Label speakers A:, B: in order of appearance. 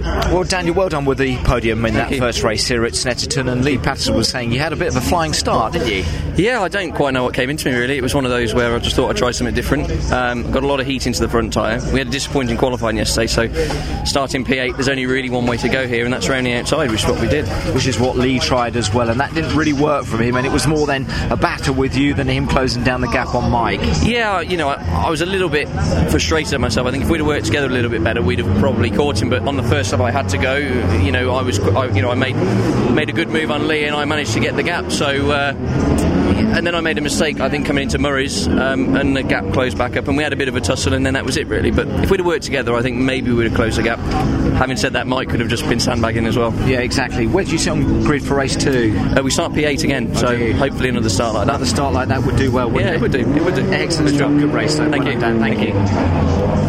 A: Well, Daniel, well done with the podium in that first race here at Snetterton. And Lee Patterson was saying you had a bit of a flying start, didn't you?
B: Yeah, I don't quite know what came into me really. It was one of those where I just thought I'd try something different. Um, got a lot of heat into the front tyre. We had a disappointing qualifying yesterday, so starting P8, there's only really one way to go here, and that's rounding outside, which is what we did.
A: Which is what Lee tried as well, and that didn't really work for him. And it was more than a battle with you than him closing down the gap on Mike.
B: Yeah, you know, I, I was a little bit frustrated at myself. I think if we'd have worked together a little bit better, we'd have probably caught him. But on the first stop, I had to go. You know, I was, I, you know, I made made a good move on Lee, and I managed to get the gap. So. Uh, and then I made a mistake, I think, coming into Murray's, um, and the gap closed back up, and we had a bit of a tussle, and then that was it, really. But if we'd have worked together, I think maybe we would have closed the gap. Having said that, Mike could have just been sandbagging as well.
A: Yeah, exactly. Where do you sit on grid for race two?
B: Uh, we start P8 again, so
A: Okay.
B: hopefully another start like that.
A: Another start like that would do well, wouldn't
B: Yeah,
A: it?
B: it would do. It would do.
A: Excellent
B: Good
A: job.
B: job.
A: Good race, though.
B: Thank
A: Well
B: you.
A: done, Dan. Thank,
B: Thank
A: you.